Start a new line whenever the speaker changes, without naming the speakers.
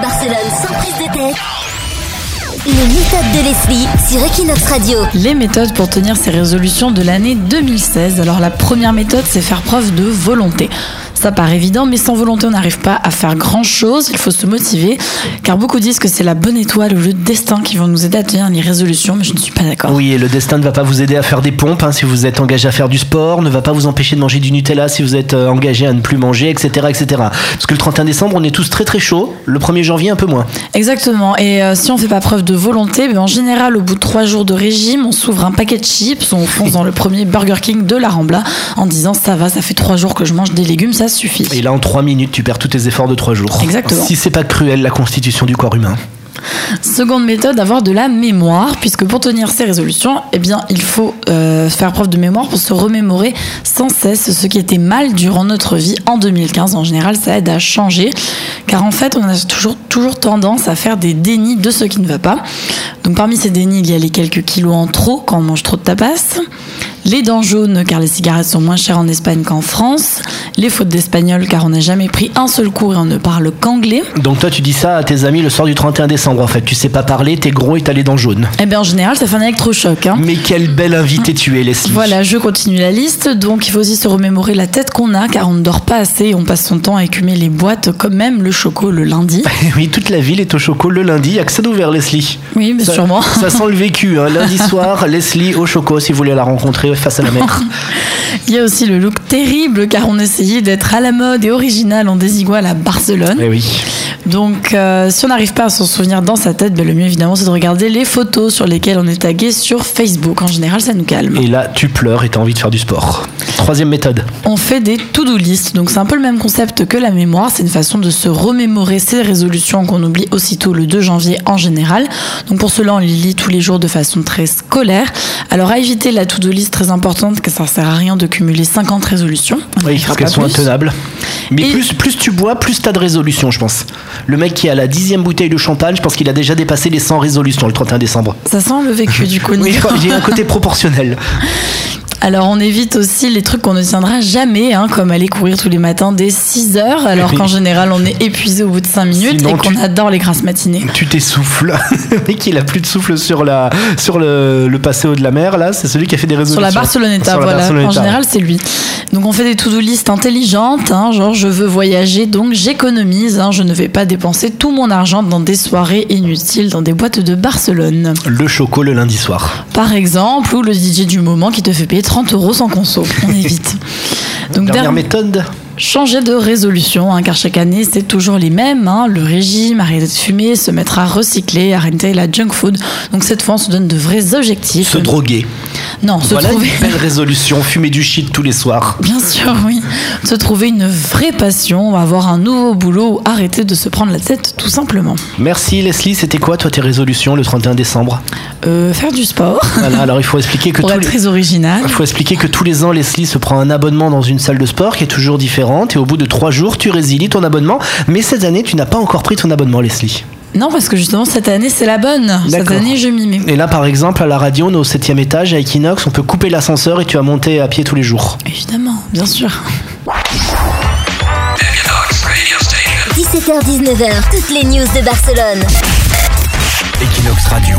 sans prise de tête. Les méthodes de Leslie sur Equinox Radio.
Les méthodes pour tenir ses résolutions de l'année 2016. Alors la première méthode, c'est faire preuve de volonté. Ça paraît évident, mais sans volonté, on n'arrive pas à faire grand-chose. Il faut se motiver, car beaucoup disent que c'est la bonne étoile ou le destin qui vont nous aider à tenir les résolutions, mais je ne suis pas d'accord.
Oui, et le destin ne va pas vous aider à faire des pompes hein, si vous êtes engagé à faire du sport, ne va pas vous empêcher de manger du Nutella si vous êtes euh, engagé à ne plus manger, etc., etc. Parce que le 31 décembre, on est tous très très chaud, le 1er janvier un peu moins.
Exactement. Et euh, si on fait pas preuve de volonté, ben, en général, au bout de trois jours de régime, on s'ouvre un paquet de chips, on fonce dans le premier Burger King de la Rambla en disant ça va, ça fait trois jours que je mange des légumes, ça suffit.
Et là, en 3 minutes, tu perds tous tes efforts de 3 jours.
Exactement.
Si c'est pas cruel, la constitution du corps humain.
Seconde méthode, avoir de la mémoire, puisque pour tenir ses résolutions, eh bien, il faut euh, faire preuve de mémoire pour se remémorer sans cesse ce qui était mal durant notre vie en 2015. En général, ça aide à changer, car en fait, on a toujours, toujours tendance à faire des dénis de ce qui ne va pas. Donc, parmi ces dénis, il y a les quelques kilos en trop quand on mange trop de tapas. Les dents jaunes, car les cigarettes sont moins chères en Espagne qu'en France. Les fautes d'espagnol, car on n'a jamais pris un seul cours et on ne parle qu'anglais.
Donc toi, tu dis ça à tes amis le soir du 31 décembre, en fait. Tu sais pas parler, t'es gros et t'as les dents jaunes.
Eh bien, en général, ça fait un électrochoc. Hein.
Mais quel bel invité tu es, Leslie.
Voilà, je continue la liste. Donc, il faut aussi se remémorer la tête qu'on a, car on ne dort pas assez et on passe son temps à écumer les boîtes, comme même le choco le lundi.
oui, toute la ville est au choco le lundi, accès ouvert, Leslie.
Oui, mais
Ça-
sûrement.
Ça sent le vécu, hein. lundi soir, Leslie au choco, si vous voulez la rencontrer face à la mer.
Il y a aussi le look terrible, car on essayait d'être à la mode et original en désigual à Barcelone.
Eh oui.
Donc, euh, si on n'arrive pas à s'en souvenir dans sa tête, ben, le mieux évidemment, c'est de regarder les photos sur lesquelles on est tagué sur Facebook. En général, ça nous calme.
Et là, tu pleures et t'as envie de faire du sport. Troisième méthode.
On fait des to-do list, donc c'est un peu le même concept que la mémoire, c'est une façon de se remémorer ces résolutions qu'on oublie aussitôt le 2 janvier en général. Donc pour cela, on les lit tous les jours de façon très scolaire. Alors à éviter la to-do list très importante, car ça sert à rien de cumuler 50 résolutions. On
Oui,
n'écrira
parce qu'elles
pas
sont
plus.
intenables. Mais
Et-
plus, plus tu bois, plus t'as de résolutions, je pense. Le mec qui a la dixième bouteille de champagne, je pense qu'il a déjà dépassé les 100 résolutions le 31 décembre.
Ça sent le vécu du coup.
Oui,
Nico.
il y a un côté proportionnel.
Alors on évite aussi les trucs qu'on ne tiendra jamais, hein, comme aller courir tous les matins dès 6 heures, alors qu'en général on est épuisé au bout de 5 minutes
Sinon,
et qu'on
tu-
adore les grasses matinées.
Tu t'essouffles. Le mec, il a plus de souffle sur, la, sur le, le passéo de la mer, là. C'est celui qui a fait des
Sur
résolutions.
la Barceloneta,
Sur la
voilà.
Barceloneta,
en
ouais.
général, c'est lui. Donc on fait des to-do list intelligentes, hein, genre je veux voyager, donc j'économise, hein, je ne vais pas dépenser tout mon argent dans des soirées inutiles, dans des boîtes de Barcelone,
Le choco le lundi soir.
par exemple, ou le DJ du moment qui te fait payer 30 euros sans conso. On évite. Donc
Dernière
dernier-
méthode.
changer de résolution, hein, car chaque année c'est toujours les mêmes, hein, le régime, arrêter de fumer, se mettre à recycler, arrêter la junk food. Donc cette fois on se donne de vrais objectifs.
Se droguer.
non, se
voilà
trouver.
une belle résolution. Fumer du shit tous les soirs.
Bien sûr, oui. Se trouver une vraie passion, avoir un nouveau boulot ou arrêter de se prendre la tête, tout simplement.
Merci Leslie, c'était quoi toi tes résolutions le 31 décembre
Euh, faire du sport,
Voilà, alors il faut expliquer que
pour
tous
être
les...
très original.
Il faut expliquer que tous les ans, Leslie se prend un abonnement dans une salle de sport qui est toujours différente et au bout de trois jours, tu résilies ton abonnement. Mais cette année, tu n'as pas encore pris ton abonnement, Leslie.
Non, parce que justement, cette année, c'est la bonne. Cette
D'accord.
année, je m'y mets.
Et là, par exemple, à la radio, on est au septième étage, à Equinox, on peut couper l'ascenseur et tu vas monter à pied tous les jours.
Évidemment, bien sûr.
17h-19h, toutes les news de Barcelone.
Equinox Radio.